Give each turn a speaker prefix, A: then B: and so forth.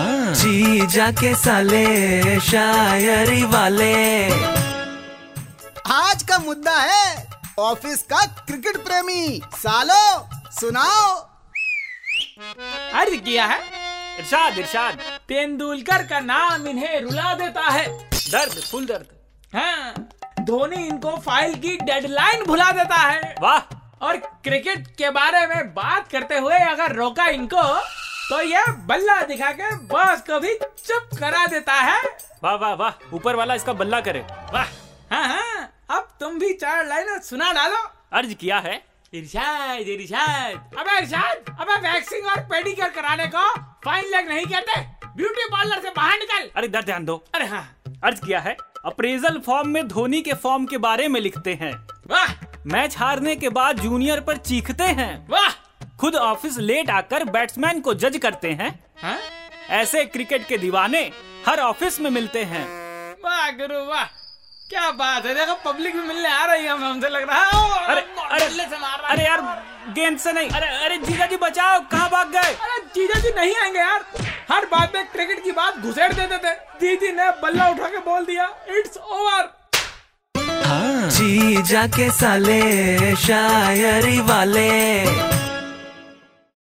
A: जी जाके साले शायरी वाले
B: आज का मुद्दा है ऑफिस का क्रिकेट प्रेमी सालो सुनाओ
C: अर्ज किया है इरशाद इरशाद तेंदुलकर का नाम इन्हें रुला देता है दर्द फुल दर्द हाँ धोनी इनको फाइल की डेडलाइन भुला देता है वाह और क्रिकेट के बारे में बात करते हुए अगर रोका इनको तो ये बल्ला दिखा के बॉस को भी चुप करा देता है
D: वाह वाह वाह ऊपर वाला इसका बल्ला करे वाह
C: हाँ हाँ अब तुम भी चार लाइनें सुना डालो
D: अर्ज किया है
C: इरशाद इरशाद अबे इरशाद अबे वैक्सिंग और पेडिक्योर कराने को फाइन लेग नहीं कहते ब्यूटी पार्लर से बाहर निकल
D: अरे इधर ध्यान दो
C: अरे हाँ
D: अर्ज किया है अप्रेजल फॉर्म में धोनी के फॉर्म के बारे में लिखते हैं
C: वाह
D: मैच हारने के बाद जूनियर पर चीखते हैं
C: वाह
D: खुद ऑफिस लेट आकर बैट्समैन को जज करते हैं
C: हाँ?
D: ऐसे क्रिकेट के दीवाने हर ऑफिस में मिलते हैं
C: वाह गुरु वाह क्या बात है देखो पब्लिक भी मिलने आ रही है हम- हमसे लग रहा है ओ,
D: अरे अरे
C: बल्ले से मार रहा है।
D: अरे यार गेंद से नहीं अरे अरे जीजा जी बचाओ कहाँ भाग गए
C: अरे जीजा जी नहीं आएंगे यार हर बात में क्रिकेट की बात घुसेड़ देते थे दीदी ने बल्ला उठा के बोल दिया इट्स ओवर
A: जी जाके साले शायरी वाले